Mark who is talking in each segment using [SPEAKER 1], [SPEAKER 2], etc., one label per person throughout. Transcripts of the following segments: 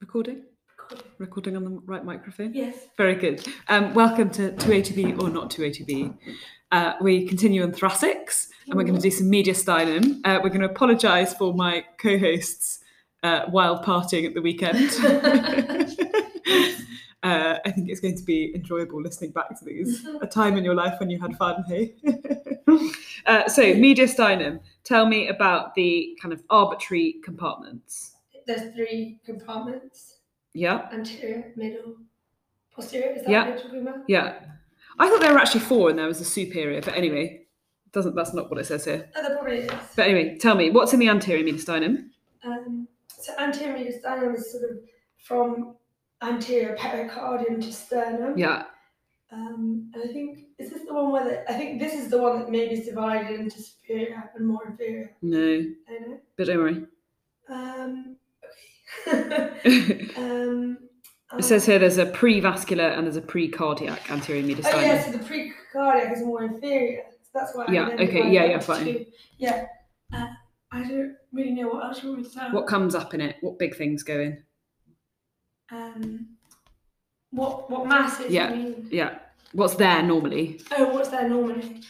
[SPEAKER 1] Recording? Recording on the right microphone?
[SPEAKER 2] Yes.
[SPEAKER 1] Very good. Um, welcome to 280B or not 280B. Uh, we continue on thoracics and we're going to do some media stylin. Uh, we're going to apologise for my co hosts' uh, wild partying at the weekend. uh, I think it's going to be enjoyable listening back to these. A time in your life when you had fun, hey? uh, so, media stylin, tell me about the kind of arbitrary compartments.
[SPEAKER 2] There's three compartments
[SPEAKER 1] Yeah,
[SPEAKER 2] anterior, middle, posterior. Is that
[SPEAKER 1] Yeah.
[SPEAKER 2] what you're talking about?
[SPEAKER 1] yeah. I thought there were actually four and there was a superior, but anyway, doesn't that's not what it says here.
[SPEAKER 2] Oh, there probably is.
[SPEAKER 1] But anyway, tell me, what's in the anterior mediastinum?
[SPEAKER 2] Um, so anterior mediastinum is sort of from anterior pericardium to sternum.
[SPEAKER 1] Yeah,
[SPEAKER 2] Um, and I think, is this the one where the, I think this is the one that maybe is divided into superior and more inferior.
[SPEAKER 1] no,
[SPEAKER 2] I don't know.
[SPEAKER 1] but don't worry.
[SPEAKER 2] Um, okay.
[SPEAKER 1] it
[SPEAKER 2] um,
[SPEAKER 1] says here there's a prevascular and there's a precardiac anterior
[SPEAKER 2] Oh
[SPEAKER 1] mediastinum.
[SPEAKER 2] yeah, so the precardiac is more inferior. So that's why. I
[SPEAKER 1] Yeah,
[SPEAKER 2] then
[SPEAKER 1] okay,
[SPEAKER 2] divided
[SPEAKER 1] yeah,
[SPEAKER 2] that
[SPEAKER 1] yeah,
[SPEAKER 2] into
[SPEAKER 1] fine.
[SPEAKER 2] two. Yeah. Uh, I don't really know what else you want me to tell.
[SPEAKER 1] What comes up in it? What big things go in?
[SPEAKER 2] Um, what what mass is
[SPEAKER 1] Yeah.
[SPEAKER 2] mean?
[SPEAKER 1] Yeah, what's there normally?
[SPEAKER 2] Oh, what's there normally?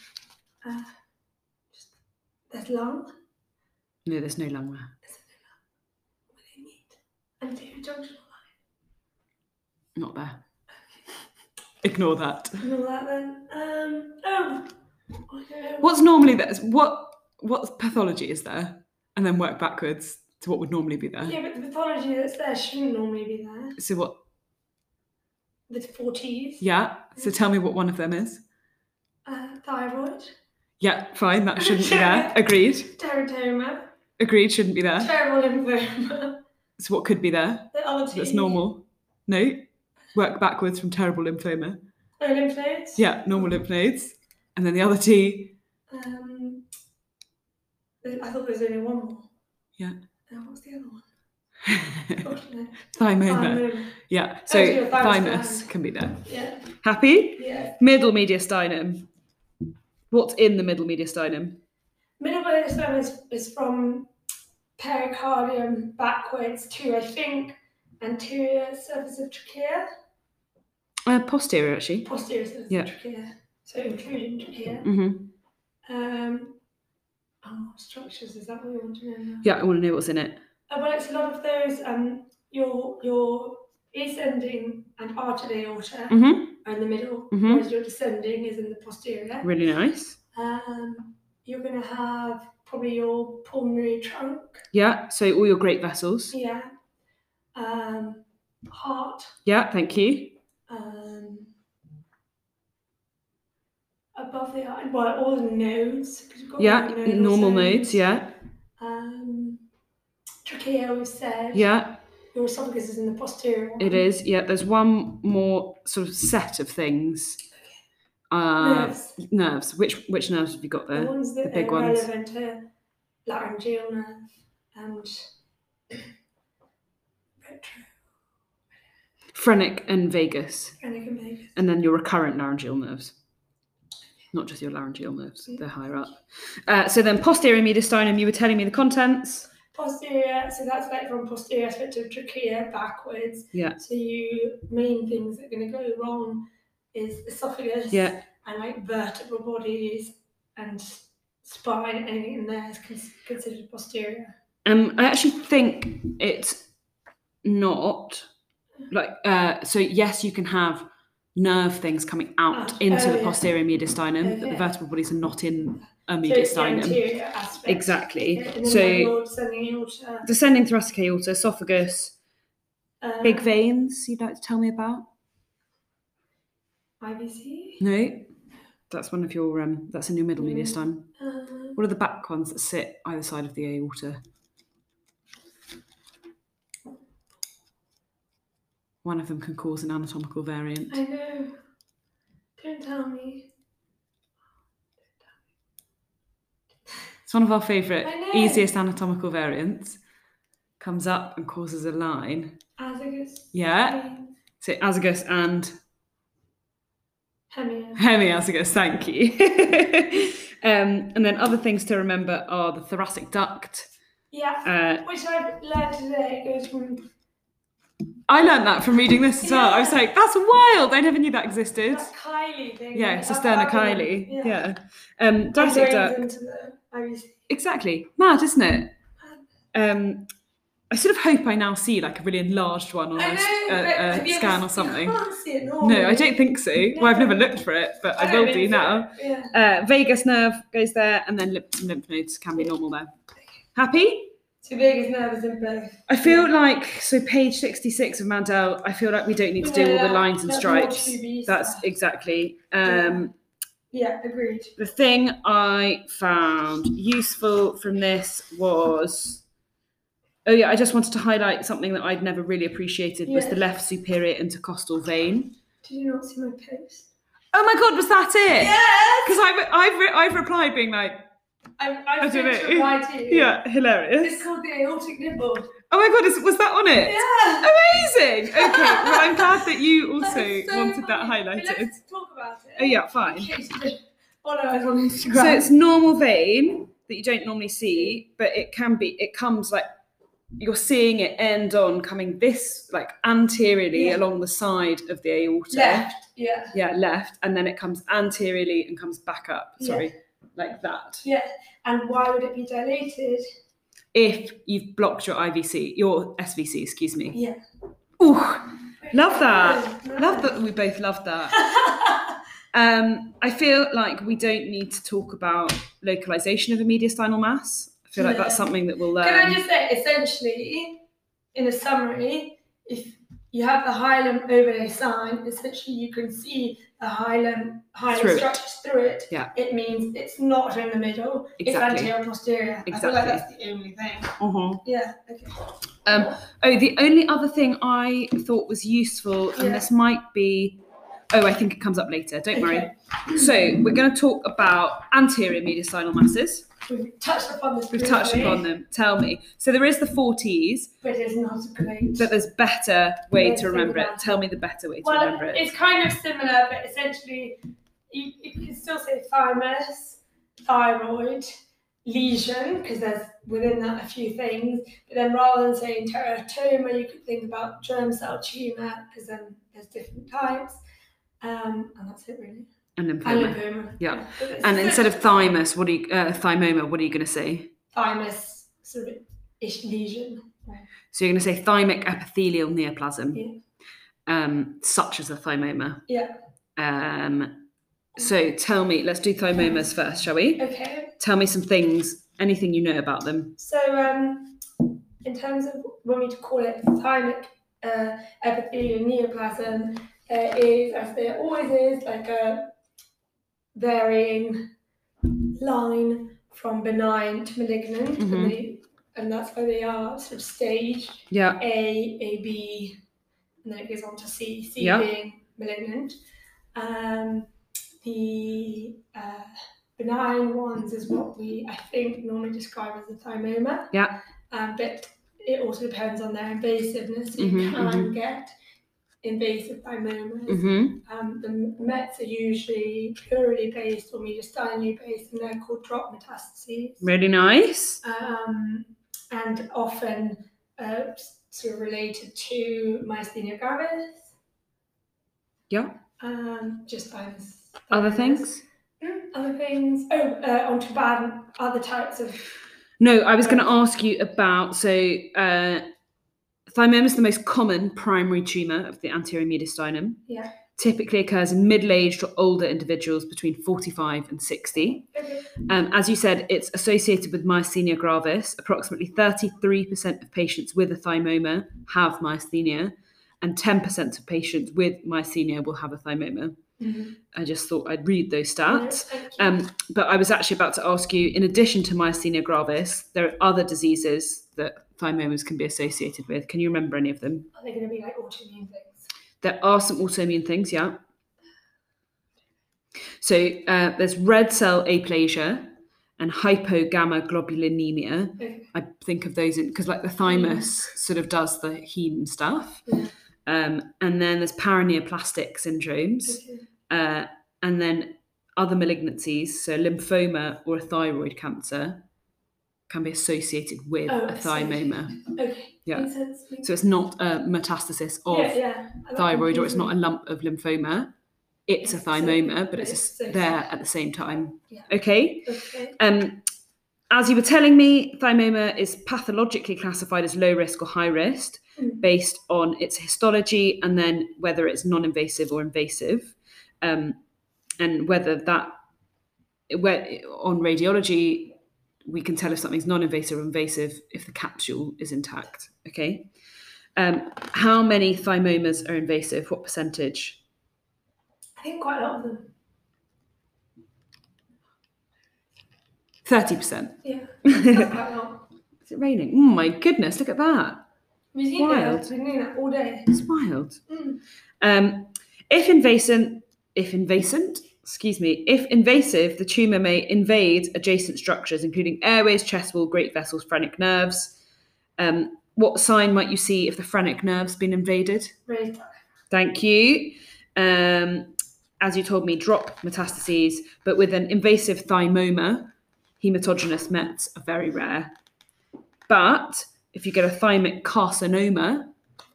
[SPEAKER 2] Uh, just there's lung. What
[SPEAKER 1] No, there's no lung there.
[SPEAKER 2] do you need? Anterior junctional
[SPEAKER 1] Not there. Ignore that.
[SPEAKER 2] line and all that. Then um oh. I don't know.
[SPEAKER 1] What's normally there? What what pathology is there? And then work backwards to what would normally be there.
[SPEAKER 2] Yeah, but the pathology that's there shouldn't normally be there.
[SPEAKER 1] So what?
[SPEAKER 2] The four T's.
[SPEAKER 1] Yeah. So tell me what one of them is.
[SPEAKER 2] Uh, thyroid,
[SPEAKER 1] Yeah, fine. That shouldn't be there. Agreed.
[SPEAKER 2] teratoma,
[SPEAKER 1] Agreed. Shouldn't be there.
[SPEAKER 2] terrible lymphoma.
[SPEAKER 1] So what could be there?
[SPEAKER 2] The other two.
[SPEAKER 1] That's normal. No. Work backwards from terrible lymphoma.
[SPEAKER 2] Oh, lymph nodes.
[SPEAKER 1] Yeah, normal lymph nodes. And then the other T.
[SPEAKER 2] Um, I thought there was only one more.
[SPEAKER 1] Yeah.
[SPEAKER 2] Uh, what's the other one? God, no. Ah,
[SPEAKER 1] Thymoma.
[SPEAKER 2] Thymoma.
[SPEAKER 1] Yeah. So
[SPEAKER 2] Oh, yeah, thymus
[SPEAKER 1] thymus
[SPEAKER 2] gland.
[SPEAKER 1] can be there.
[SPEAKER 2] Yeah.
[SPEAKER 1] Happy?
[SPEAKER 2] Yeah.
[SPEAKER 1] Middle mediastinum. What's in the middle mediastinum?
[SPEAKER 2] Middle brainstem is, is from pericardium backwards to I think anterior surface of trachea,
[SPEAKER 1] Uh, posterior, actually.
[SPEAKER 2] posterior surface
[SPEAKER 1] Yeah.
[SPEAKER 2] of trachea. So including trachea.
[SPEAKER 1] Mm-hmm.
[SPEAKER 2] Um. Oh, what structures is that what we want to know? now?
[SPEAKER 1] Yeah, I want to know what's in it.
[SPEAKER 2] Uh, well, it's a lot of those. Um, your your ascending and artery aorta.
[SPEAKER 1] Mm-hmm.
[SPEAKER 2] are in the middle,
[SPEAKER 1] Mhm.
[SPEAKER 2] whereas your descending is in the posterior.
[SPEAKER 1] Really nice.
[SPEAKER 2] Um, you're going to have probably your pulmonary trunk,
[SPEAKER 1] Yeah. So all your great vessels.
[SPEAKER 2] yeah, um, heart,
[SPEAKER 1] Yeah. Thank you.
[SPEAKER 2] um, above the eye, well, all the nodes. 'cause you've got
[SPEAKER 1] Yeah.
[SPEAKER 2] all the nodal
[SPEAKER 1] Normal
[SPEAKER 2] zones.
[SPEAKER 1] nodes. Yeah.
[SPEAKER 2] Um, trachea, we said.
[SPEAKER 1] Yeah.
[SPEAKER 2] Your esophagus is in the posterior. One.
[SPEAKER 1] It is, yeah. There's one more sort of set of things. Uh,
[SPEAKER 2] Nerves, Oh.
[SPEAKER 1] nerves. Which which nerves have you got
[SPEAKER 2] the
[SPEAKER 1] there?
[SPEAKER 2] ones that
[SPEAKER 1] Eh? the big
[SPEAKER 2] are
[SPEAKER 1] ones.
[SPEAKER 2] relevant to laryngeal nerve and retro.
[SPEAKER 1] Phrenic and vagus,
[SPEAKER 2] And I can make it.
[SPEAKER 1] and then your recurrent laryngeal nerves. Not just your laryngeal nerves; they're higher up. Uh, so then, posterior mediastinum. You were telling me the contents.
[SPEAKER 2] Posterior, so that's like from posterior aspect of trachea backwards.
[SPEAKER 1] Yeah.
[SPEAKER 2] So you main things that are going to go wrong is esophagus.
[SPEAKER 1] Yeah.
[SPEAKER 2] And like vertebral bodies and s- spine, anything in there is cons- considered posterior.
[SPEAKER 1] Um, I actually think it's not like uh, so. Yes, you can have nerve things coming out
[SPEAKER 2] Out.
[SPEAKER 1] into
[SPEAKER 2] Oh,
[SPEAKER 1] the
[SPEAKER 2] yeah.
[SPEAKER 1] posterior mediastinum, but the
[SPEAKER 2] Okay.
[SPEAKER 1] vertebral bodies are not in a
[SPEAKER 2] So it's the
[SPEAKER 1] mediastinum.
[SPEAKER 2] anterior aspect.
[SPEAKER 1] Exactly.
[SPEAKER 2] And then like
[SPEAKER 1] So
[SPEAKER 2] your descending aorta,
[SPEAKER 1] descending thoracic aorta, esophagus,
[SPEAKER 2] um,
[SPEAKER 1] big veins. You'd like to tell me about?
[SPEAKER 2] IVC.
[SPEAKER 1] No, that's one of your. Um, that's in your middle
[SPEAKER 2] Mm.
[SPEAKER 1] mediastinum.
[SPEAKER 2] Um,
[SPEAKER 1] What are the back ones that sit either side of the aorta? One of them can cause an anatomical variant.
[SPEAKER 2] I know. Don't tell me.
[SPEAKER 1] It's one of our favourite,
[SPEAKER 2] I know.
[SPEAKER 1] easiest anatomical variants. Comes up and causes a line.
[SPEAKER 2] Azagus.
[SPEAKER 1] Yeah. So azagus and
[SPEAKER 2] Hemias.
[SPEAKER 1] Hemiazagus, thank you. um, and then other things to remember are the thoracic duct.
[SPEAKER 2] Yeah.
[SPEAKER 1] Uh,
[SPEAKER 2] Which I've learned today goes from
[SPEAKER 1] I learned that from reading this as well. I was
[SPEAKER 2] Yeah.
[SPEAKER 1] like, that's wild. I never knew that existed.
[SPEAKER 2] That Kylie thing.
[SPEAKER 1] Yeah,
[SPEAKER 2] like,
[SPEAKER 1] cisterna
[SPEAKER 2] that one.
[SPEAKER 1] Kylie. Yeah.
[SPEAKER 2] yeah.
[SPEAKER 1] Um,
[SPEAKER 2] That
[SPEAKER 1] Dytic
[SPEAKER 2] goes
[SPEAKER 1] duck.
[SPEAKER 2] into the IUC.
[SPEAKER 1] Exactly. Mad, isn't it? Um, I sort of hope I now see like a really enlarged one on a,
[SPEAKER 2] I know,
[SPEAKER 1] a-
[SPEAKER 2] but
[SPEAKER 1] a
[SPEAKER 2] have you ever
[SPEAKER 1] scan
[SPEAKER 2] seen-
[SPEAKER 1] or something.
[SPEAKER 2] You can't see it normally.
[SPEAKER 1] No, I don't think so. Well, I've never looked for Oh, it, but I,
[SPEAKER 2] don't
[SPEAKER 1] will
[SPEAKER 2] think
[SPEAKER 1] do
[SPEAKER 2] so.
[SPEAKER 1] now.
[SPEAKER 2] Yeah.
[SPEAKER 1] Uh, vagus nerve goes there, and then lymph, lymph nodes can be normal there. Happy?
[SPEAKER 2] Too big is nervous in both.
[SPEAKER 1] I feel like so page sixty-six of Mandel. I feel like we don't need to do
[SPEAKER 2] Yeah,
[SPEAKER 1] all the lines and
[SPEAKER 2] that's more
[SPEAKER 1] stripes.
[SPEAKER 2] QB
[SPEAKER 1] That's
[SPEAKER 2] stuff.
[SPEAKER 1] exactly.
[SPEAKER 2] Yeah.
[SPEAKER 1] Um,
[SPEAKER 2] Yeah, agreed.
[SPEAKER 1] the thing I found useful from this was oh yeah, I just wanted to highlight something that I'd never really appreciated was
[SPEAKER 2] Yeah.
[SPEAKER 1] the left superior intercostal vein.
[SPEAKER 2] Did you not see my post?
[SPEAKER 1] Oh my god, was that it?
[SPEAKER 2] Yes!
[SPEAKER 1] Because I've I've, re- I've replied being like,
[SPEAKER 2] I'm, I'm
[SPEAKER 1] I did
[SPEAKER 2] going to
[SPEAKER 1] it.
[SPEAKER 2] reply to you.
[SPEAKER 1] yeah, hilarious.
[SPEAKER 2] It's called the aortic nibble.
[SPEAKER 1] Oh my god, is, was that on it?
[SPEAKER 2] Yeah!
[SPEAKER 1] Amazing. Okay, well I'm glad that you also
[SPEAKER 2] That is so
[SPEAKER 1] wanted that
[SPEAKER 2] funny. But
[SPEAKER 1] highlighted.
[SPEAKER 2] Let's talk about it.
[SPEAKER 1] Oh yeah, fine.
[SPEAKER 2] Okay, so just Follow us on Instagram.
[SPEAKER 1] So it's normal vein that you don't normally see, but it can be. It comes like you're seeing it end on coming this like anteriorly
[SPEAKER 2] Yeah.
[SPEAKER 1] along the side of the aorta.
[SPEAKER 2] left. Yeah.
[SPEAKER 1] Yeah, left, and then it comes anteriorly and comes back up. Sorry, like that.
[SPEAKER 2] Yeah. And why would it be dilated?
[SPEAKER 1] If you've blocked your IVC, your SVC, excuse me.
[SPEAKER 2] Yeah.
[SPEAKER 1] Ooh, love that. love that we both love that. Um, I feel like we don't need to talk about localization of a mediastinal mass. I feel like
[SPEAKER 2] No.
[SPEAKER 1] that's something that we'll learn.
[SPEAKER 2] Can I just say, essentially, in a summary, if you have the hilum overlay sign, essentially you can see the hilum, hilum
[SPEAKER 1] Through it.
[SPEAKER 2] structure through it.
[SPEAKER 1] Yeah.
[SPEAKER 2] It means it's not in the middle.
[SPEAKER 1] Exactly.
[SPEAKER 2] It's anterior posterior. I feel
[SPEAKER 1] Exactly.
[SPEAKER 2] like that's the only thing.
[SPEAKER 1] Mhm.
[SPEAKER 2] Yeah. Okay.
[SPEAKER 1] Um, oh, the only other thing I thought was useful, and
[SPEAKER 2] Yeah.
[SPEAKER 1] this might be, oh, I think it comes up later. Don't
[SPEAKER 2] Okay.
[SPEAKER 1] worry. So we're going to talk about anterior mediastinal masses.
[SPEAKER 2] We've touched upon this.
[SPEAKER 1] We've touched
[SPEAKER 2] briefly,
[SPEAKER 1] upon them. Tell me. So there is the 40s,
[SPEAKER 2] But it's not great.
[SPEAKER 1] but there's better way
[SPEAKER 2] Let's
[SPEAKER 1] to
[SPEAKER 2] think
[SPEAKER 1] remember it.
[SPEAKER 2] about
[SPEAKER 1] Tell me the better way to
[SPEAKER 2] Well,
[SPEAKER 1] remember it.
[SPEAKER 2] it's kind of similar, but essentially, you, you can still say thymus, thyroid, lesion, because there's within that a few things. But then rather than saying teratoma, you could think about germ cell tumor, because then there's different types. Um, and that's it, really.
[SPEAKER 1] And then
[SPEAKER 2] And
[SPEAKER 1] plymouth.
[SPEAKER 2] lymphoma.
[SPEAKER 1] Yeah.
[SPEAKER 2] But it's
[SPEAKER 1] And
[SPEAKER 2] sort
[SPEAKER 1] instead of thymus, what are you, uh, thymoma, what are you going to say?
[SPEAKER 2] thymus, sort of ish lesion.
[SPEAKER 1] So you're going to say thymic epithelial neoplasm,
[SPEAKER 2] Yeah.
[SPEAKER 1] um, such as a thymoma.
[SPEAKER 2] Yeah.
[SPEAKER 1] Um, so tell me, let's do thymomas first, shall we?
[SPEAKER 2] Okay.
[SPEAKER 1] Tell me some things, anything you know about them.
[SPEAKER 2] So, um, in terms of when we call it thymic uh, epithelial neoplasm, there is, as there always is, like a varying line from benign to malignant,
[SPEAKER 1] Mhm.
[SPEAKER 2] and, they, and that's where they are sort of stage
[SPEAKER 1] Yeah.
[SPEAKER 2] A, A, B, and then it goes on to C, C
[SPEAKER 1] Yeah.
[SPEAKER 2] being malignant. Um, the uh, benign ones is what we, I think, normally describe as a thymoma.
[SPEAKER 1] Yeah.
[SPEAKER 2] Um, but it also depends on their invasiveness. So
[SPEAKER 1] Mhm,
[SPEAKER 2] you can get invasive thymomas.
[SPEAKER 1] Mm-hmm.
[SPEAKER 2] Um, the Mets are usually pleurally based or mediastinally based, and they're called drop metastases
[SPEAKER 1] Really nice.
[SPEAKER 2] um, and often uh, sort of related to myasthenia gravis.
[SPEAKER 1] Yeah.
[SPEAKER 2] Um, just thymus.
[SPEAKER 1] Other
[SPEAKER 2] thymus.
[SPEAKER 1] things?
[SPEAKER 2] Mm, Other things. Oh, uh, onto bad other types of.
[SPEAKER 1] No, I was going to ask you about so uh, thymoma is the most common primary tumor of the anterior mediastinum.
[SPEAKER 2] Yeah.
[SPEAKER 1] Typically occurs in middle-aged or older individuals between 45 and 60.
[SPEAKER 2] Okay.
[SPEAKER 1] Um, as you said, it's associated with myasthenia gravis. Approximately 33% of patients with a thymoma have myasthenia, and 10% of patients with myasthenia will have a thymoma.
[SPEAKER 2] Mhm.
[SPEAKER 1] I just thought I'd read those
[SPEAKER 2] No,
[SPEAKER 1] stats.
[SPEAKER 2] thank you.
[SPEAKER 1] Um, but I was actually about to ask you in addition to myasthenia gravis, there are other diseases that thymomas can be associated with. Can you remember any of them?
[SPEAKER 2] Are they going to be like autoimmune things?
[SPEAKER 1] There are some autoimmune things, yeah. So uh, there's red cell aplasia and hypogammaglobulinemia.
[SPEAKER 2] Okay.
[SPEAKER 1] I think of those because, like, the thymus sort of does the heme stuff.
[SPEAKER 2] Yeah.
[SPEAKER 1] Um, and then there's paraneoplastic syndromes,
[SPEAKER 2] Okay.
[SPEAKER 1] uh, and then other malignancies, so lymphoma or a thyroid cancer, can be associated with
[SPEAKER 2] Oh,
[SPEAKER 1] a
[SPEAKER 2] I see.
[SPEAKER 1] thymoma.
[SPEAKER 2] Okay.
[SPEAKER 1] Yeah.
[SPEAKER 2] Makes sense. Makes-
[SPEAKER 1] So it's not a metastasis of
[SPEAKER 2] yeah, yeah. I like
[SPEAKER 1] thyroid or it's
[SPEAKER 2] confusing.
[SPEAKER 1] not a lump of lymphoma. It's a
[SPEAKER 2] So-
[SPEAKER 1] thymoma, but it's
[SPEAKER 2] it's
[SPEAKER 1] just
[SPEAKER 2] so-
[SPEAKER 1] there at the same time.
[SPEAKER 2] Yeah.
[SPEAKER 1] Okay.
[SPEAKER 2] Okay.
[SPEAKER 1] Um, as you were telling me, thymoma is pathologically classified as low risk or high risk
[SPEAKER 2] Mm.
[SPEAKER 1] based on its histology and then whether it's non invasive or invasive, um, and whether that where, on radiology, we can tell if something's non invasive or invasive if the capsule is intact. Okay. Um, how many thymomas are invasive? What percentage?
[SPEAKER 2] I think quite a lot of them.
[SPEAKER 1] 30%.
[SPEAKER 2] Yeah. That's quite a lot.
[SPEAKER 1] Is it raining? Oh my goodness, look at that.
[SPEAKER 2] We've seen that.
[SPEAKER 1] Wild.
[SPEAKER 2] We've been doing that all day.
[SPEAKER 1] It's wild.
[SPEAKER 2] Mm.
[SPEAKER 1] Um, if invasive, if invasive, excuse me, if invasive, the tumor may invade adjacent structures, including airways, chest wall, great vessels, phrenic nerves. Um, what sign might you see if the phrenic nerve's been invaded?
[SPEAKER 2] Really tough.
[SPEAKER 1] Thank you. Um, as you told me, drop metastases, but with an invasive thymoma, hematogenous mets are very rare. But if you get a thymic carcinoma,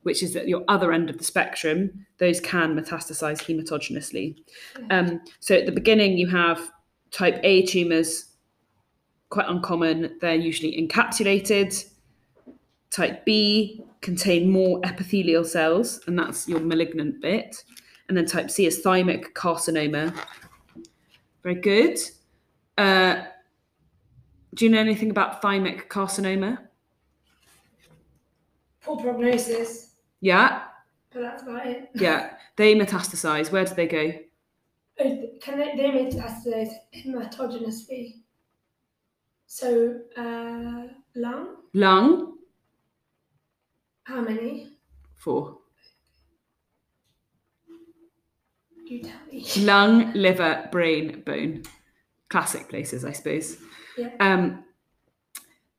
[SPEAKER 1] which is at your other end of the spectrum, those can metastasize hematogenously. Um, so at the beginning, you have type A tumors, quite uncommon. They're usually encapsulated. Type B contain more epithelial cells, and that's your malignant bit. And then type C is thymic carcinoma. Very good. Uh, do you know anything about thymic carcinoma?
[SPEAKER 2] Poor prognosis,
[SPEAKER 1] Yeah,
[SPEAKER 2] but that's about it.
[SPEAKER 1] yeah. They metastasize. Where do they go?
[SPEAKER 2] Oh, Can they, they metastasize hematogenously? So, uh, lung?
[SPEAKER 1] Lung,
[SPEAKER 2] How many?
[SPEAKER 1] four.
[SPEAKER 2] You tell me.
[SPEAKER 1] lung, liver, brain, bone. Classic places, I suppose.
[SPEAKER 2] Yeah.
[SPEAKER 1] Um,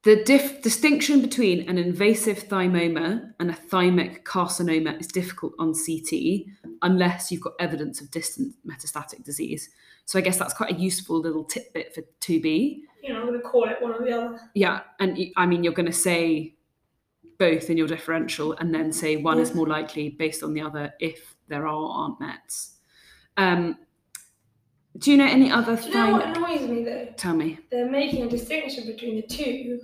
[SPEAKER 1] the dif- distinction between an invasive thymoma and a thymic carcinoma is difficult on CT unless you've got evidence of distant metastatic disease. So I guess that's quite a useful little tidbit for 2B.
[SPEAKER 2] You know, I'm going to call it one or the other.
[SPEAKER 1] Yeah, and y- I mean, you're going to say both in your differential and then say one is
[SPEAKER 2] Yeah.
[SPEAKER 1] more likely based on the other if there are or aren't mets. Um, do you know any other
[SPEAKER 2] Do you know
[SPEAKER 1] thing?
[SPEAKER 2] what annoys me though?
[SPEAKER 1] Tell me.
[SPEAKER 2] They're making a distinction between the two.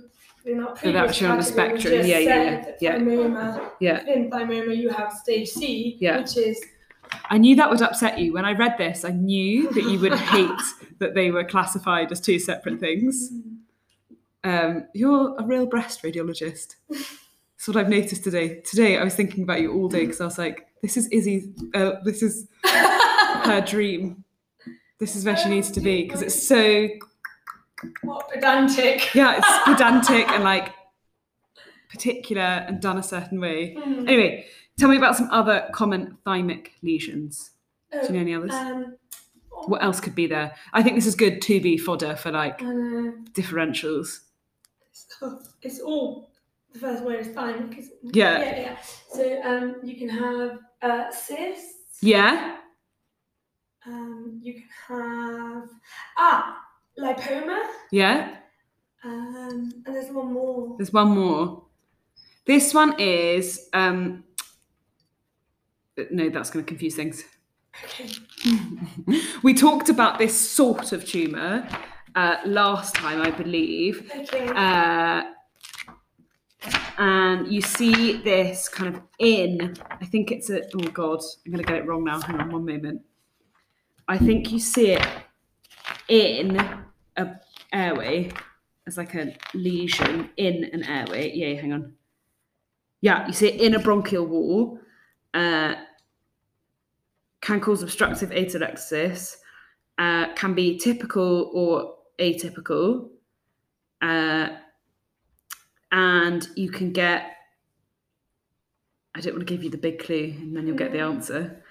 [SPEAKER 2] In our
[SPEAKER 1] that
[SPEAKER 2] previous
[SPEAKER 1] was shown on the
[SPEAKER 2] category, we
[SPEAKER 1] spectrum.
[SPEAKER 2] just
[SPEAKER 1] Yeah, yeah,
[SPEAKER 2] said that
[SPEAKER 1] yeah, yeah.
[SPEAKER 2] Thymoma.
[SPEAKER 1] Yeah.
[SPEAKER 2] Within thymoma, you have stage C,
[SPEAKER 1] Yeah.
[SPEAKER 2] which is
[SPEAKER 1] I knew that would upset you. When I read this, I knew that you would hate that they were classified as two separate things. Um, you're a real breast radiologist. That's what I've noticed today. Today, I was thinking about you all day because I was like, this is Izzy's, uh, this is her dream. This is where she needs to be because it's so
[SPEAKER 2] what pedantic.
[SPEAKER 1] yeah, it's pedantic and like particular and done a certain way.
[SPEAKER 2] Mm.
[SPEAKER 1] Anyway, tell me about some other common thymic lesions. Do you know any others?
[SPEAKER 2] Um,
[SPEAKER 1] what else could be there? I think this is good to be fodder for like
[SPEAKER 2] uh,
[SPEAKER 1] differentials.
[SPEAKER 2] So it's all the first word is thymic, isn't it?
[SPEAKER 1] Yeah.
[SPEAKER 2] Yeah, yeah. So um, you can have uh, cysts.
[SPEAKER 1] Yeah,
[SPEAKER 2] Um, you can have ah lipoma.
[SPEAKER 1] yeah.
[SPEAKER 2] Um, and there's one more.
[SPEAKER 1] There's one more. This one is um no, that's gonna confuse things.
[SPEAKER 2] Okay.
[SPEAKER 1] We talked about this sort of tumour uh, last time, I believe,
[SPEAKER 2] Okay.
[SPEAKER 1] uh, and you see this kind of in. I think it's a. Oh God, I'm going to get it wrong now. Hang on one moment. I think you see it in a airway as like a lesion in an airway. Yeah, hang on. Yeah, you see it in a bronchial wall. Uh, can cause obstructive atalexis. Uh, can be typical or atypical uh, and you can get. I don't want to give you the big clue, and then you'll get the answer.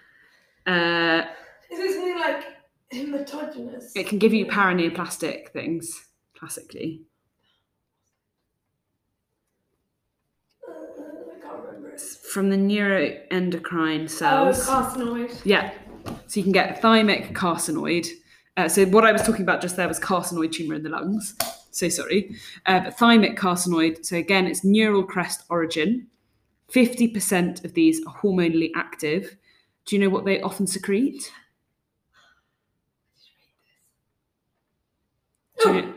[SPEAKER 1] Uh,
[SPEAKER 2] is it something like hematogenous?
[SPEAKER 1] it can give you paraneoplastic things, classically.
[SPEAKER 2] Uh, I can't remember. Oh, it.
[SPEAKER 1] From the neuroendocrine
[SPEAKER 2] Oh,
[SPEAKER 1] cells.
[SPEAKER 2] carcinoid.
[SPEAKER 1] Yeah. So you can get thymic carcinoid. Uh, so what I was talking about just there was carcinoid tumor in the lungs. so sorry. Uh, but thymic carcinoid, so again, it's neural crest origin. 50% of these are hormonally active. Do you know what they often secrete? Do you know-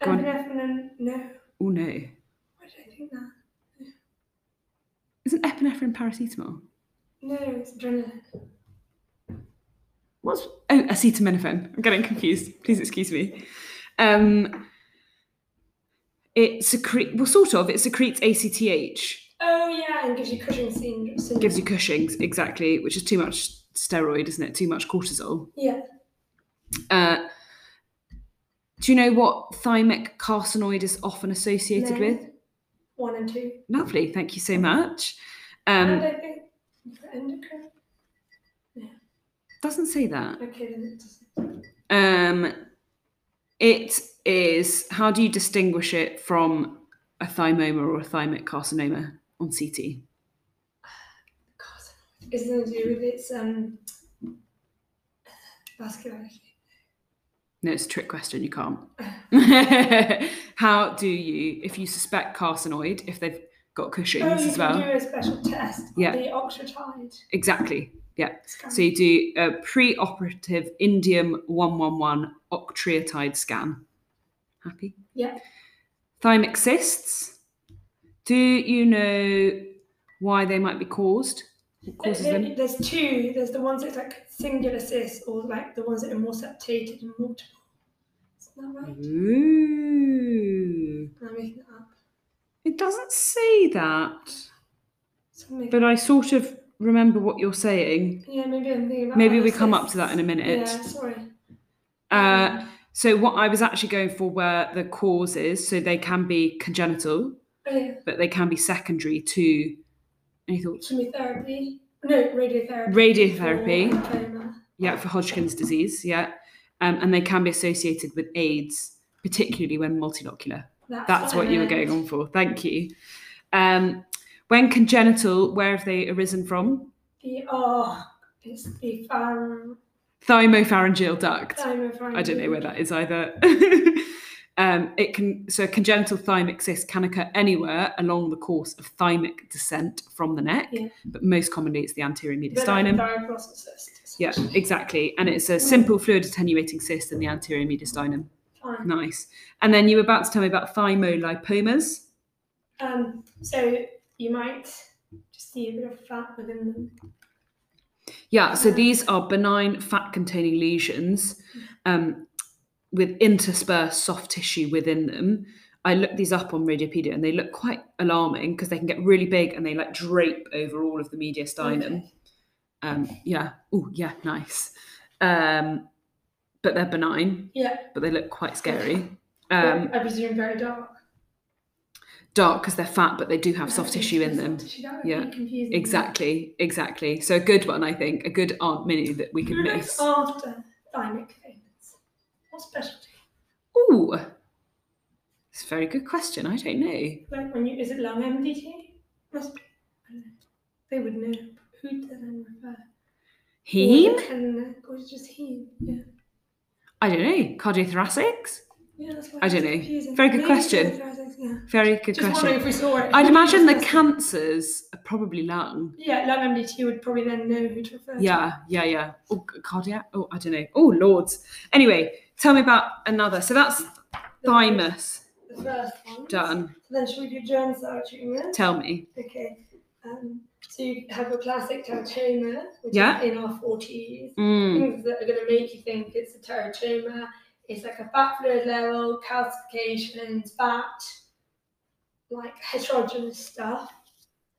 [SPEAKER 1] Go on.
[SPEAKER 2] Oh, Epinephrine, no.
[SPEAKER 1] Oh no.
[SPEAKER 2] Why did I think that?
[SPEAKER 1] Isn't epinephrine paracetamol?
[SPEAKER 2] No, it's adrenaline.
[SPEAKER 1] What's oh acetaminophen? I'm getting confused. Please excuse me. Um, it secretes well, sort of. It secretes ACTH,
[SPEAKER 2] Oh yeah, and gives you Cushing syndrome. syndrome.
[SPEAKER 1] gives you Cushing's exactly, which is too much steroid, isn't it? Too much cortisol.
[SPEAKER 2] Yeah.
[SPEAKER 1] Uh, do you know what thymic carcinoid is often associated
[SPEAKER 2] no.
[SPEAKER 1] with?
[SPEAKER 2] One and two.
[SPEAKER 1] Lovely, thank you so much. Um,
[SPEAKER 2] and I think is it endocrine.
[SPEAKER 1] doesn't say that.
[SPEAKER 2] Okay, then it doesn't.
[SPEAKER 1] Um, it is. How do you distinguish it from a thymoma or a thymic carcinoma on CT?
[SPEAKER 2] God, it's something to do with its um vascularity.
[SPEAKER 1] No, it's a trick question. You can't. how do you, if you suspect carcinoid, if they've got
[SPEAKER 2] Oh,
[SPEAKER 1] Cushing's
[SPEAKER 2] you
[SPEAKER 1] as
[SPEAKER 2] can
[SPEAKER 1] well?
[SPEAKER 2] do a special test.
[SPEAKER 1] Yeah.
[SPEAKER 2] The octreotide.
[SPEAKER 1] Exactly. Yeah.
[SPEAKER 2] scan.
[SPEAKER 1] So you do a pre-operative indium 111 octreotide scan. Happy?
[SPEAKER 2] Yeah.
[SPEAKER 1] Thymic cysts. Do you know why they might be caused? What
[SPEAKER 2] There-
[SPEAKER 1] causes
[SPEAKER 2] there-
[SPEAKER 1] them?
[SPEAKER 2] There's two. There's the ones that's like singular cysts, or like the ones that are more septated and multiple. Isn't
[SPEAKER 1] Mm-hmm.
[SPEAKER 2] that right?
[SPEAKER 1] Ooh.
[SPEAKER 2] Am I making that up?
[SPEAKER 1] It doesn't say that,
[SPEAKER 2] Something.
[SPEAKER 1] but I sort of remember what you're saying.
[SPEAKER 2] yeah, maybe I'm thinking about.
[SPEAKER 1] Maybe
[SPEAKER 2] other
[SPEAKER 1] we come up
[SPEAKER 2] cysts.
[SPEAKER 1] to that in a minute.
[SPEAKER 2] Yeah, sorry.
[SPEAKER 1] Uh, so what I was actually going for were the causes. So they can be congenital,
[SPEAKER 2] oh, yeah.
[SPEAKER 1] but they can be secondary to any thoughts?
[SPEAKER 2] chemotherapy. No, radiotherapy. Oh,
[SPEAKER 1] Radiotherapy.
[SPEAKER 2] for lymphoma.
[SPEAKER 1] Yeah, for Hodgkin's disease. Yeah, um, and they can be associated with AIDS, particularly when multilocular.
[SPEAKER 2] That's,
[SPEAKER 1] That's what
[SPEAKER 2] I
[SPEAKER 1] you were
[SPEAKER 2] meant.
[SPEAKER 1] going on for. Thank you. Um, when congenital, where have they arisen from?
[SPEAKER 2] The oh, it's the um,
[SPEAKER 1] Thymopharyngeal duct.
[SPEAKER 2] thymophobia.
[SPEAKER 1] I don't know where that is either. um, it can so congenital thymic cyst can occur anywhere along the course of thymic descent from the neck,
[SPEAKER 2] Yeah.
[SPEAKER 1] but most commonly it's the anterior
[SPEAKER 2] But uh,
[SPEAKER 1] mediastinum.
[SPEAKER 2] like varicose cysts.
[SPEAKER 1] Yeah, exactly. And it's a simple fluid attenuating cyst in the anterior mediastinum.
[SPEAKER 2] Fine.
[SPEAKER 1] Nice. And then you were about to tell me about thymolipomas.
[SPEAKER 2] Um, so you might just see a bit of fat within them.
[SPEAKER 1] Yeah, so these are benign fat containing lesions um, with interspersed soft tissue within them. I looked these up on Radiopedia and they look quite alarming because they can get really big and they like drape over all of the mediastinum.
[SPEAKER 2] Okay.
[SPEAKER 1] Um, yeah. Oh, yeah, nice. Um, but they're benign,
[SPEAKER 2] Yeah.
[SPEAKER 1] but they look quite scary.
[SPEAKER 2] but
[SPEAKER 1] Um,
[SPEAKER 2] I presume very dark.
[SPEAKER 1] dark because they're fat, but they do have soft
[SPEAKER 2] Okay,
[SPEAKER 1] tissue in
[SPEAKER 2] soft
[SPEAKER 1] them.
[SPEAKER 2] tissue, that would
[SPEAKER 1] Yeah,
[SPEAKER 2] be confusing.
[SPEAKER 1] Exactly, exactly. So a good one, I think, a good Aunt Minnie that we could
[SPEAKER 2] Who looks
[SPEAKER 1] miss.
[SPEAKER 2] after thymic veins? What specialty?
[SPEAKER 1] Ooh, it's a very good question. I don't know.
[SPEAKER 2] Like when you is it lung MDT? Must be. I don't know. They would know. Who do they then refer?
[SPEAKER 1] Heme?
[SPEAKER 2] And uh, or just heme. Yeah.
[SPEAKER 1] I don't know. Cardiothoracics?
[SPEAKER 2] Yeah, that's why
[SPEAKER 1] I
[SPEAKER 2] it's
[SPEAKER 1] don't know.
[SPEAKER 2] confusing.
[SPEAKER 1] Very good
[SPEAKER 2] Maybe
[SPEAKER 1] question.
[SPEAKER 2] it's orthorhexis, Yeah.
[SPEAKER 1] Very good
[SPEAKER 2] Just
[SPEAKER 1] question.
[SPEAKER 2] wondering if we saw it.
[SPEAKER 1] I'd imagine the
[SPEAKER 2] Just-
[SPEAKER 1] cancers are probably lung.
[SPEAKER 2] Yeah, lung MDT would probably then know who to refer to.
[SPEAKER 1] Yeah, yeah, yeah. Or c- cardiac? Oh, I don't know. Oh, lords. Anyway, tell me about another. So that's
[SPEAKER 2] The first-
[SPEAKER 1] thymus.
[SPEAKER 2] The first one.
[SPEAKER 1] Done.
[SPEAKER 2] So then should we do germ cell treatment?
[SPEAKER 1] Tell me.
[SPEAKER 2] Okay. Um, so you have your classic teratoma, which
[SPEAKER 1] Yeah.
[SPEAKER 2] is in our 40s.
[SPEAKER 1] Mm.
[SPEAKER 2] things that are going to make you think it's a teratoma. It's like a fat fluid level, calcifications, fat, like heterogeneous stuff.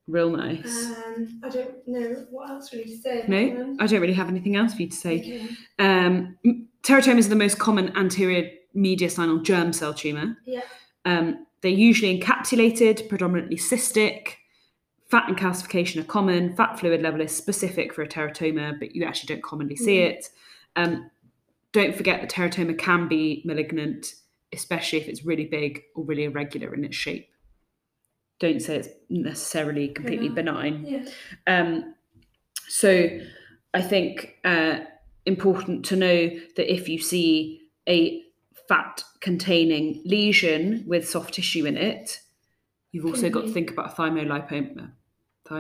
[SPEAKER 1] Real nice.
[SPEAKER 2] Um, I don't know what else we need to say. about
[SPEAKER 1] No,
[SPEAKER 2] them.
[SPEAKER 1] I don't really have anything else for you to say.
[SPEAKER 2] Okay.
[SPEAKER 1] Um, m- teratomas are the most common anterior mediastinal germ cell tumour.
[SPEAKER 2] Yeah.
[SPEAKER 1] Um, they're usually encapsulated, predominantly cystic. Fat and calcification are common. Fat fluid level is specific for a teratoma, but you actually don't commonly see
[SPEAKER 2] Mhm.
[SPEAKER 1] it. Um, don't forget the teratoma can be malignant, especially if it's really big or really irregular in its shape. Don't say it's necessarily completely benign.
[SPEAKER 2] Yeah.
[SPEAKER 1] Um, so I think uh, important to know that if you see a fat containing lesion with soft tissue in it.
[SPEAKER 3] You've also got to think about thymolipoma.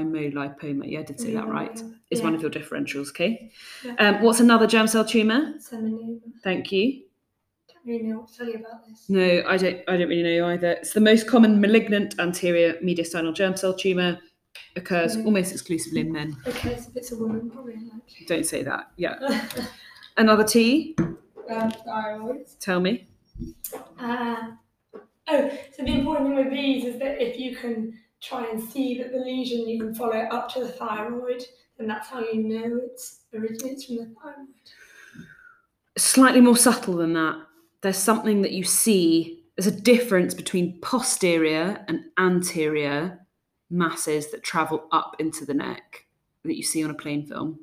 [SPEAKER 3] Thymolipoma, yeah, I did say that right.
[SPEAKER 1] Is
[SPEAKER 2] Yeah.
[SPEAKER 1] one of your differentials, okay?
[SPEAKER 2] Yeah.
[SPEAKER 1] Um, what's another germ cell tumor?
[SPEAKER 2] Seminoma.
[SPEAKER 1] Thank you.
[SPEAKER 2] Don't really know what to tell you about this.
[SPEAKER 1] No, I don't. I don't really know either. It's the most common malignant anterior mediastinal germ cell tumor. Occurs
[SPEAKER 2] Mhm.
[SPEAKER 3] Almost exclusively in men.
[SPEAKER 2] Okay, so if it's a woman, probably unlikely.
[SPEAKER 1] Don't say that. Yeah.
[SPEAKER 2] um,
[SPEAKER 1] Another T.
[SPEAKER 2] uh, thyroids.
[SPEAKER 1] Tell me.
[SPEAKER 2] Uh, oh, so the important thing with these is that if you can try and see that the lesion, you can follow it up to the thyroid, and that's how you know it's originates from the thyroid.
[SPEAKER 1] Slightly more subtle than that. There's something that you see. There's a difference between posterior and anterior masses that travel up into the neck that you see on a plane film.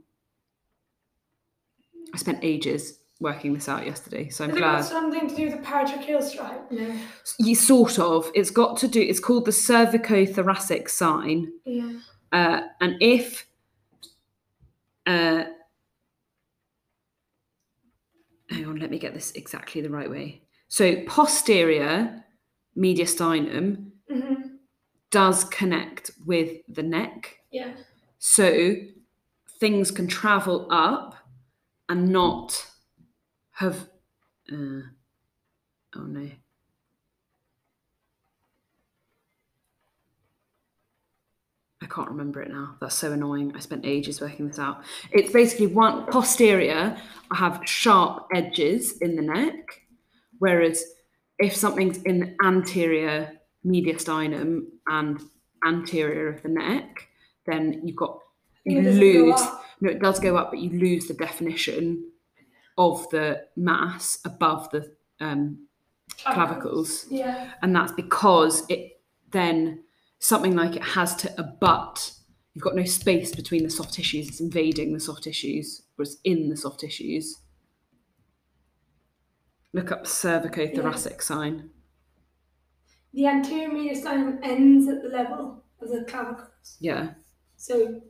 [SPEAKER 1] I spent ages working this out yesterday, so I'm
[SPEAKER 2] Has it
[SPEAKER 1] glad.
[SPEAKER 2] got something to do with the paratracheal stripe? No.
[SPEAKER 1] You sort of. It's got to do. It's called the cervicothoracic sign.
[SPEAKER 2] Yeah.
[SPEAKER 1] Uh, and if uh, hang on, let me get this exactly the right way. So posterior mediastinum
[SPEAKER 2] hmm
[SPEAKER 1] does connect with the neck,
[SPEAKER 2] Yeah.
[SPEAKER 1] so things can travel up and not have. Uh, oh no. I can't remember it now. That's so annoying. I spent ages working this out. It's basically one posterior, I have sharp edges in the neck, whereas if something's in the anterior mediastinum and anterior of the neck, then you've got you
[SPEAKER 2] It doesn't go
[SPEAKER 1] lose
[SPEAKER 2] up.
[SPEAKER 1] no, it does go up, but you lose the definition of the mass above the um, clavicles,
[SPEAKER 2] Yeah.
[SPEAKER 1] and that's because it then something like it has to abut. You've got no space between the soft tissues; it's invading the soft tissues, whereas in the soft tissues. Look up cervicothoracic sign.
[SPEAKER 2] The anterior mediastinum ends at the level of the clavicles.
[SPEAKER 1] Yeah,
[SPEAKER 2] So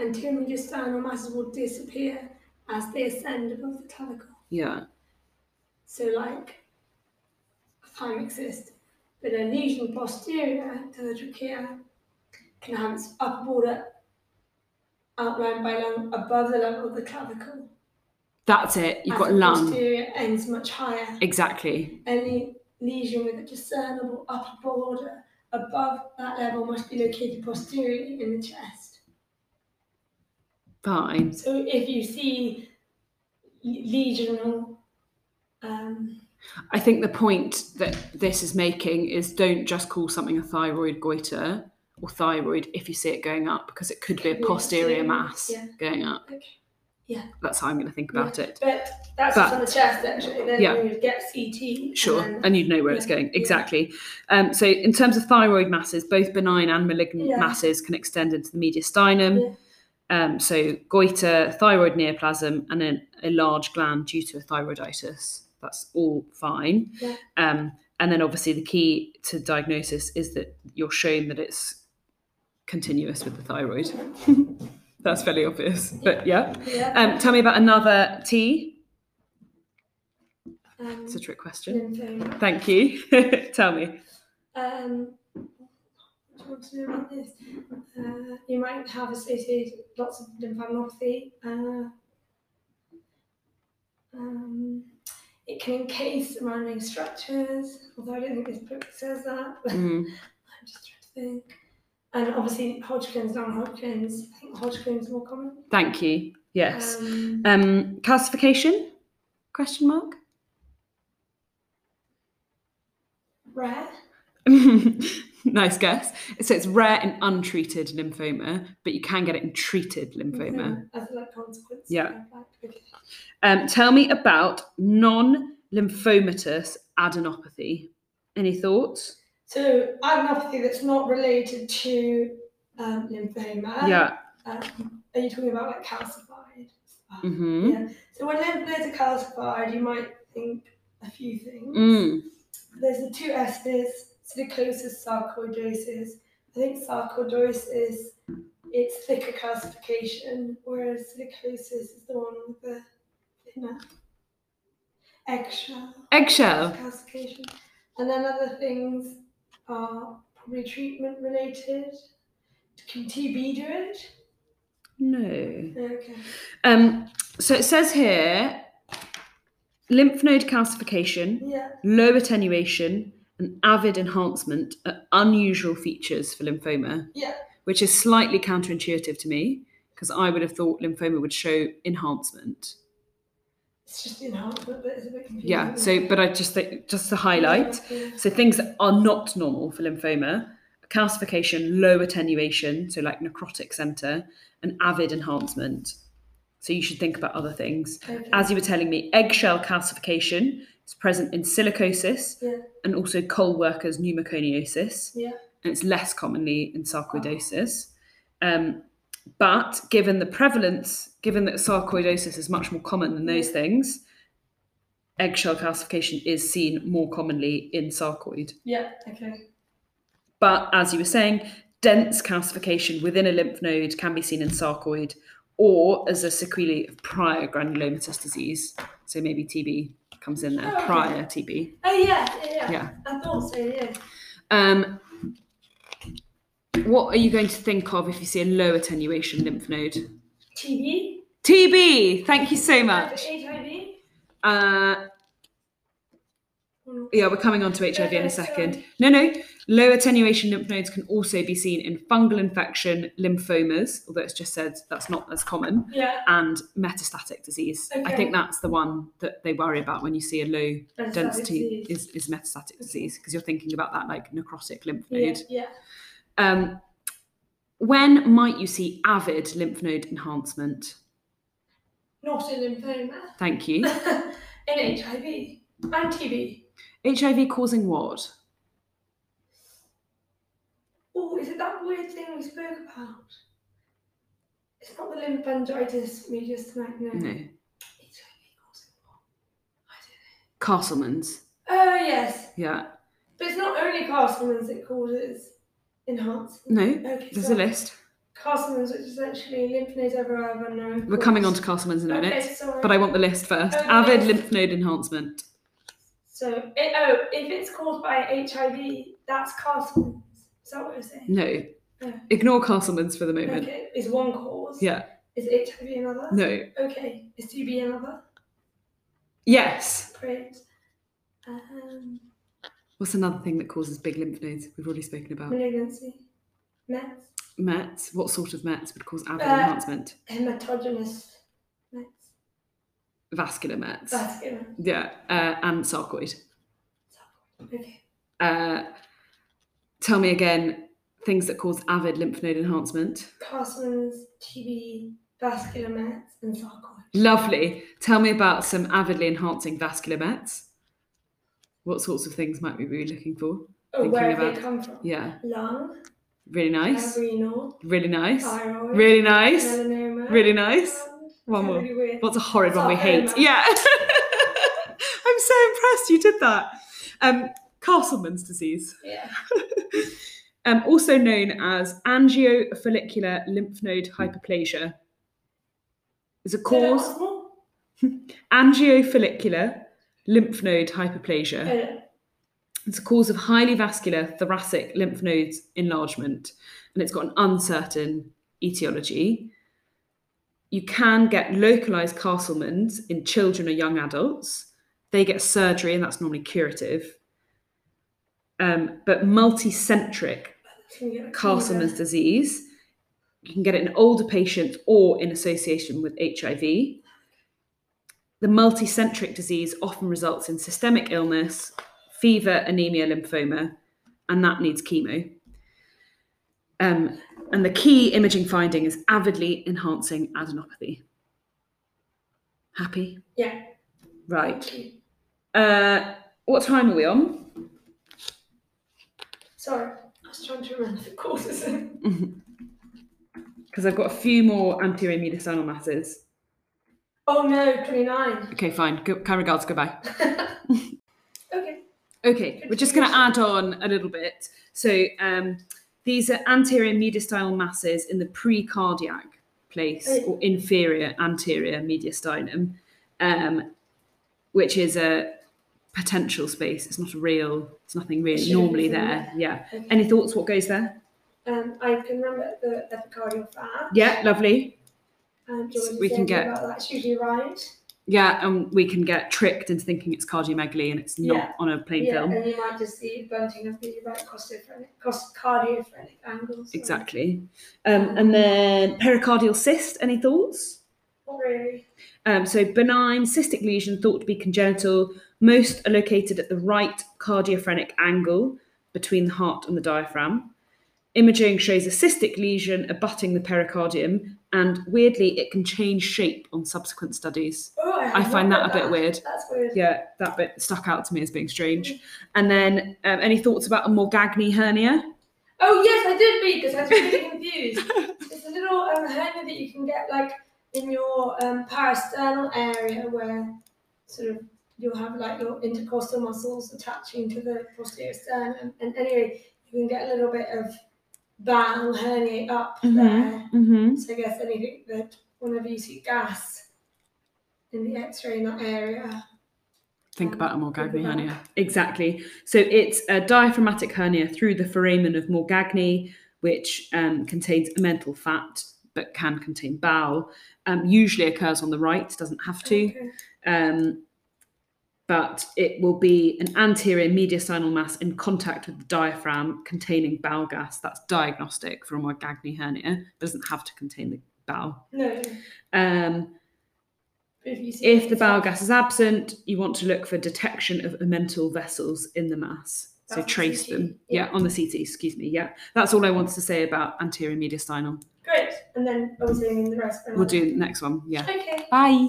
[SPEAKER 2] anterior mediastinal masses will disappear as they ascend above the clavicle.
[SPEAKER 1] yeah.
[SPEAKER 2] So like a thymic cyst, but a lesion posterior to the trachea can have its upper border outlined by lung above the level of the clavicle.
[SPEAKER 1] That's it. You've
[SPEAKER 2] as
[SPEAKER 1] got
[SPEAKER 2] the
[SPEAKER 1] lung.
[SPEAKER 2] Posterior ends much higher.
[SPEAKER 1] Exactly.
[SPEAKER 2] Any lesion with a discernible upper border above that level must be located posteriorly in the chest.
[SPEAKER 1] Fine.
[SPEAKER 2] So if you see legional um,
[SPEAKER 1] I think the point that this is making is don't just call something a thyroid goiter or thyroid if you see it going up because it could be a
[SPEAKER 2] Could be a
[SPEAKER 1] posterior
[SPEAKER 2] posterior,
[SPEAKER 1] mass
[SPEAKER 2] yeah.
[SPEAKER 1] going up.
[SPEAKER 2] okay.
[SPEAKER 1] That's how I'm going to think about it.
[SPEAKER 2] But that's
[SPEAKER 1] But-
[SPEAKER 2] just on the chest, actually. Then
[SPEAKER 1] Yeah.
[SPEAKER 2] you would get CT.
[SPEAKER 1] Sure,
[SPEAKER 2] And then,
[SPEAKER 1] and you'd know where it's
[SPEAKER 2] Um, yeah,
[SPEAKER 1] going
[SPEAKER 2] yeah.
[SPEAKER 1] exactly. Um, so, in terms of thyroid masses, both benign and malignant
[SPEAKER 2] Yeah.
[SPEAKER 1] masses can extend into the mediastinum. Um, so, goiter, thyroid neoplasm, and then a large gland due to a thyroiditis. That's all fine.
[SPEAKER 2] Yeah.
[SPEAKER 1] Um, and then, obviously, the key to diagnosis is that you're shown that it's continuous with the thyroid. That's fairly obvious, but yeah.
[SPEAKER 2] yeah.
[SPEAKER 1] Um, tell me about another T.
[SPEAKER 2] Um,
[SPEAKER 1] It's a trick question.
[SPEAKER 2] lymphoma.
[SPEAKER 1] Thank you. tell me.
[SPEAKER 2] Um, do you want to know about this? Uh, you might have associated lots of lymphadenopathy. Uh, um, it can encase surrounding structures, although I don't think this book says that.
[SPEAKER 1] Mm.
[SPEAKER 2] I'm just trying to think. And obviously, Hodgkin's, non Hodgkin's. I think Hodgkin's more common.
[SPEAKER 1] Thank you. Yes.
[SPEAKER 2] Um,
[SPEAKER 1] Um, calcification? Question mark.
[SPEAKER 2] rare.
[SPEAKER 1] nice guess. So it's rare in untreated lymphoma, but you can get it in treated lymphoma.
[SPEAKER 2] Mhm, As like consequence.
[SPEAKER 1] Yeah.
[SPEAKER 2] of, like, okay.
[SPEAKER 1] Um, tell me about non-lymphomatous adenopathy. Any thoughts?
[SPEAKER 2] So adenopathy that's not related to um, lymphoma.
[SPEAKER 1] yeah.
[SPEAKER 2] Um, are you talking about like calcified? stuff?
[SPEAKER 1] Mm-hmm.
[SPEAKER 2] Yeah. So when lymph nodes are calcified, you might think a few things.
[SPEAKER 1] Mm.
[SPEAKER 2] There's the two S's: silicosis, sarcoidosis. I think sarcoidosis, it's thicker calcification, whereas silicosis is the one with the thinner. eggshell
[SPEAKER 1] Oh.
[SPEAKER 4] Eggshell.
[SPEAKER 2] calcification. And then other things are probably treatment related. Can TB do it?
[SPEAKER 1] No.
[SPEAKER 2] Okay.
[SPEAKER 1] Um, so it says here lymph node calcification,
[SPEAKER 2] Yeah.
[SPEAKER 1] low attenuation, and avid enhancement are unusual features for lymphoma,
[SPEAKER 2] Yeah.
[SPEAKER 1] which is slightly counterintuitive to me because I would have thought lymphoma would show enhancement.
[SPEAKER 2] It's just the enhancement, but it's a bit confusing.
[SPEAKER 1] Yeah. So, but I just think just to highlight,
[SPEAKER 2] Yeah.
[SPEAKER 1] so things that are not normal for lymphoma. Calcification, low attenuation, so like necrotic center, and avid enhancement. So you should think about other things.
[SPEAKER 2] Okay.
[SPEAKER 1] as you were telling me, eggshell calcification is present in silicosis
[SPEAKER 2] Yeah.
[SPEAKER 1] and also coal workers' pneumoconiosis,
[SPEAKER 2] Yeah.
[SPEAKER 1] and it's less commonly in sarcoidosis.
[SPEAKER 2] Oh.
[SPEAKER 1] Um, but given the prevalence, given that sarcoidosis is much more common than those things, eggshell calcification is seen more commonly in sarcoid.
[SPEAKER 2] Yeah. Okay.
[SPEAKER 1] But as you were saying, dense calcification within a lymph node can be seen in sarcoid or as a sequelae of prior granulomatous disease. So maybe TB comes in there,
[SPEAKER 2] Oh, okay.
[SPEAKER 1] prior TB.
[SPEAKER 2] Oh yeah. Yeah. Yeah.
[SPEAKER 1] Yeah.
[SPEAKER 2] I thought so. Yeah.
[SPEAKER 1] Um, what are you going to think of if you see a low attenuation lymph node?
[SPEAKER 2] TB.
[SPEAKER 1] TB! Thank you so
[SPEAKER 2] Have
[SPEAKER 1] much.
[SPEAKER 2] HIV.
[SPEAKER 1] Uh,
[SPEAKER 2] Mm.
[SPEAKER 1] yeah, we're coming on to HIV in
[SPEAKER 2] Okay,
[SPEAKER 1] a second.
[SPEAKER 2] sorry.
[SPEAKER 1] No, no. Low attenuation lymph nodes can also be seen in fungal infection, lymphomas, although it's just said that's not as common.
[SPEAKER 2] Yeah.
[SPEAKER 1] and metastatic disease. I
[SPEAKER 2] Okay.
[SPEAKER 1] think that's the one that they worry about when you see a low
[SPEAKER 2] Metastatic
[SPEAKER 1] density
[SPEAKER 2] disease.
[SPEAKER 1] is, is metastatic disease because you're thinking about that like necrotic lymph
[SPEAKER 2] Yeah.
[SPEAKER 1] node.
[SPEAKER 2] Yeah.
[SPEAKER 1] Um, when might you see avid lymph node enhancement?
[SPEAKER 2] Not in lymphoma.
[SPEAKER 1] Thank you.
[SPEAKER 2] in HIV and TB.
[SPEAKER 1] HIV causing what?
[SPEAKER 2] Oh, is it that weird thing we spoke about? It's not the lymphangitis we just tonight, no.
[SPEAKER 1] No.
[SPEAKER 2] It's HIV causing what?
[SPEAKER 1] Castleman's.
[SPEAKER 2] Oh, yes.
[SPEAKER 1] Yeah.
[SPEAKER 2] But it's not only Castleman's it causes enhancement.
[SPEAKER 1] No.
[SPEAKER 2] Okay,
[SPEAKER 1] There's a
[SPEAKER 2] sorry.
[SPEAKER 1] list.
[SPEAKER 2] Castleman's, which is essentially lymph nodes everywhere, but no.
[SPEAKER 1] We're coming on to Castleman's in a minute,
[SPEAKER 2] Okay, sorry.
[SPEAKER 1] but I want the list first.
[SPEAKER 2] Okay.
[SPEAKER 1] Avid lymph node enhancement.
[SPEAKER 2] So, it, oh, if it's caused by HIV, that's Castleman's. Is that what you're saying?
[SPEAKER 1] No.
[SPEAKER 2] Okay.
[SPEAKER 1] Ignore Castleman's for the moment.
[SPEAKER 2] Okay, is one cause.
[SPEAKER 1] Yeah.
[SPEAKER 2] Is HIV another?
[SPEAKER 1] No.
[SPEAKER 2] Okay, is TB another?
[SPEAKER 1] Yes.
[SPEAKER 2] Great. Um,
[SPEAKER 1] What's another thing that causes big lymph nodes? We've already spoken about
[SPEAKER 2] malignancy. Mets.
[SPEAKER 1] Mets. What sort of Mets would cause avid
[SPEAKER 2] Uh,
[SPEAKER 1] enhancement?
[SPEAKER 2] Hematogenous. Mets.
[SPEAKER 1] Vascular Mets.
[SPEAKER 2] That's good.
[SPEAKER 1] yeah, uh, and sarcoid.
[SPEAKER 2] Okay.
[SPEAKER 1] Uh, tell me again things that cause avid lymph node enhancement.
[SPEAKER 2] Carcinomas, TB, vascular mets, and sarcoid.
[SPEAKER 1] Lovely. Tell me about some avidly enhancing vascular Mets. What sorts of things might we be looking for?
[SPEAKER 2] Oh,
[SPEAKER 1] Thinking
[SPEAKER 2] where have
[SPEAKER 1] about-
[SPEAKER 2] they come from?
[SPEAKER 1] Yeah,
[SPEAKER 2] Lung,
[SPEAKER 1] really nice.
[SPEAKER 2] renal,
[SPEAKER 1] Really nice.
[SPEAKER 2] thyroid,
[SPEAKER 1] Really nice.
[SPEAKER 2] melanoma.
[SPEAKER 1] Really nice.
[SPEAKER 2] and-
[SPEAKER 1] One
[SPEAKER 2] That's
[SPEAKER 1] more.
[SPEAKER 2] really weird.
[SPEAKER 1] What's a horrid one we hate?
[SPEAKER 2] Sarcoma.
[SPEAKER 1] Yeah. I'm so impressed you did that. Um, Castleman's disease,
[SPEAKER 2] Yeah.
[SPEAKER 1] um, also known as angiofollicular lymph node hyperplasia, is a
[SPEAKER 2] So that
[SPEAKER 1] cause.
[SPEAKER 2] was more-
[SPEAKER 1] Angiofollicular lymph node
[SPEAKER 2] Oh,
[SPEAKER 1] hyperplasia.
[SPEAKER 2] no.
[SPEAKER 1] It's a cause of highly vascular thoracic lymph nodes enlargement, and it's got an uncertain etiology. You can get localized Castleman's in children or young adults. They get surgery, and that's normally curative. Um, but multicentric
[SPEAKER 2] Can you get a
[SPEAKER 1] Castleman's
[SPEAKER 2] fever?
[SPEAKER 1] disease, you can get it in older patients or in association with HIV. The multicentric disease often results in systemic illness, fever, anemia, lymphoma, and that needs chemo. Um, and the key imaging finding is avidly enhancing adenopathy. Happy?
[SPEAKER 2] Yeah.
[SPEAKER 1] Right.
[SPEAKER 2] Thank you.
[SPEAKER 1] Uh, what time are we on?
[SPEAKER 2] Sorry. I was trying to remember the causes.
[SPEAKER 1] Because I've got a few more anterior mediastinal masses.
[SPEAKER 2] oh no, 29.
[SPEAKER 1] Okay, fine. Go, kind regards. Goodbye.
[SPEAKER 2] Okay.
[SPEAKER 1] Okay, we're just going to add on a little bit. So um, these are anterior mediastinal masses in the precardiac place or inferior anterior mediastinum. Um, which is a potential space. It's not a real. It's nothing
[SPEAKER 2] It
[SPEAKER 1] really
[SPEAKER 2] shouldn't
[SPEAKER 1] normally
[SPEAKER 2] be
[SPEAKER 1] there. Yeah.
[SPEAKER 2] Okay.
[SPEAKER 1] Any thoughts? What goes there?
[SPEAKER 2] Um, I can remember the epicardial fat.
[SPEAKER 1] Yeah, lovely.
[SPEAKER 2] Um, do you want to
[SPEAKER 1] We
[SPEAKER 2] say
[SPEAKER 1] can
[SPEAKER 2] anything
[SPEAKER 1] get-
[SPEAKER 2] about that? It's usually right.
[SPEAKER 1] Yeah, and we can get tricked into thinking it's cardiomegaly and it's not
[SPEAKER 2] Yeah.
[SPEAKER 1] on a plain
[SPEAKER 2] yeah,
[SPEAKER 1] film.
[SPEAKER 2] and you might just see bunting of the right costophrenic, cost cardiophrenic angles. so
[SPEAKER 1] Exactly. Um, and then pericardial cyst, any thoughts?
[SPEAKER 2] Not really.
[SPEAKER 1] Um, so benign cystic lesion thought to be congenital. Most are located at the right cardiophrenic angle between the heart and the diaphragm. Imaging shows a cystic lesion abutting the pericardium, and weirdly, it can change shape on subsequent studies.
[SPEAKER 2] Oh, I,
[SPEAKER 1] I
[SPEAKER 2] have
[SPEAKER 1] find
[SPEAKER 2] not
[SPEAKER 1] that a bit
[SPEAKER 2] read
[SPEAKER 1] weird.
[SPEAKER 2] That's weird.
[SPEAKER 1] Yeah, that bit stuck out to me as being strange. And then, um, any thoughts about a Morgagni hernia?
[SPEAKER 2] Oh yes, I did read this. I was really confused. It's a little um, hernia that you can get like in your um, parasternal area where sort of you'll have like your intercostal muscles attaching to the posterior sternum, and anyway, you can get a little bit of bowel hernia up there.
[SPEAKER 1] Mm-hmm.
[SPEAKER 2] So I guess anything that whenever you see gas in the X-ray in that area,
[SPEAKER 5] Think about a Morgagni
[SPEAKER 2] Um, Think about-
[SPEAKER 5] hernia.
[SPEAKER 1] Exactly. So it's a diaphragmatic hernia through the foramen of Morgagni, which um, contains mental fat but can contain bowel. Um, usually occurs on the right, doesn't have to.
[SPEAKER 2] Okay.
[SPEAKER 1] Um, but it will be an anterior mediastinal mass in contact with the diaphragm containing bowel gas. That's diagnostic for a Morgagni hernia. Doesn't have to contain the bowel.
[SPEAKER 2] no.
[SPEAKER 1] Um,
[SPEAKER 2] If, you see
[SPEAKER 1] if the
[SPEAKER 2] it's
[SPEAKER 1] bowel
[SPEAKER 2] like-
[SPEAKER 1] gas is absent, you want to look for detection of omental vessels in the mass. So
[SPEAKER 2] That's on the
[SPEAKER 1] trace
[SPEAKER 2] CT,
[SPEAKER 1] them. Yeah.
[SPEAKER 2] yeah.
[SPEAKER 1] on the CT, excuse me. Yeah. That's all I wanted to say about anterior mediastinal.
[SPEAKER 2] great, and then obviously in the rest.
[SPEAKER 1] We'll do the next one. Yeah.
[SPEAKER 2] Okay.
[SPEAKER 1] Bye.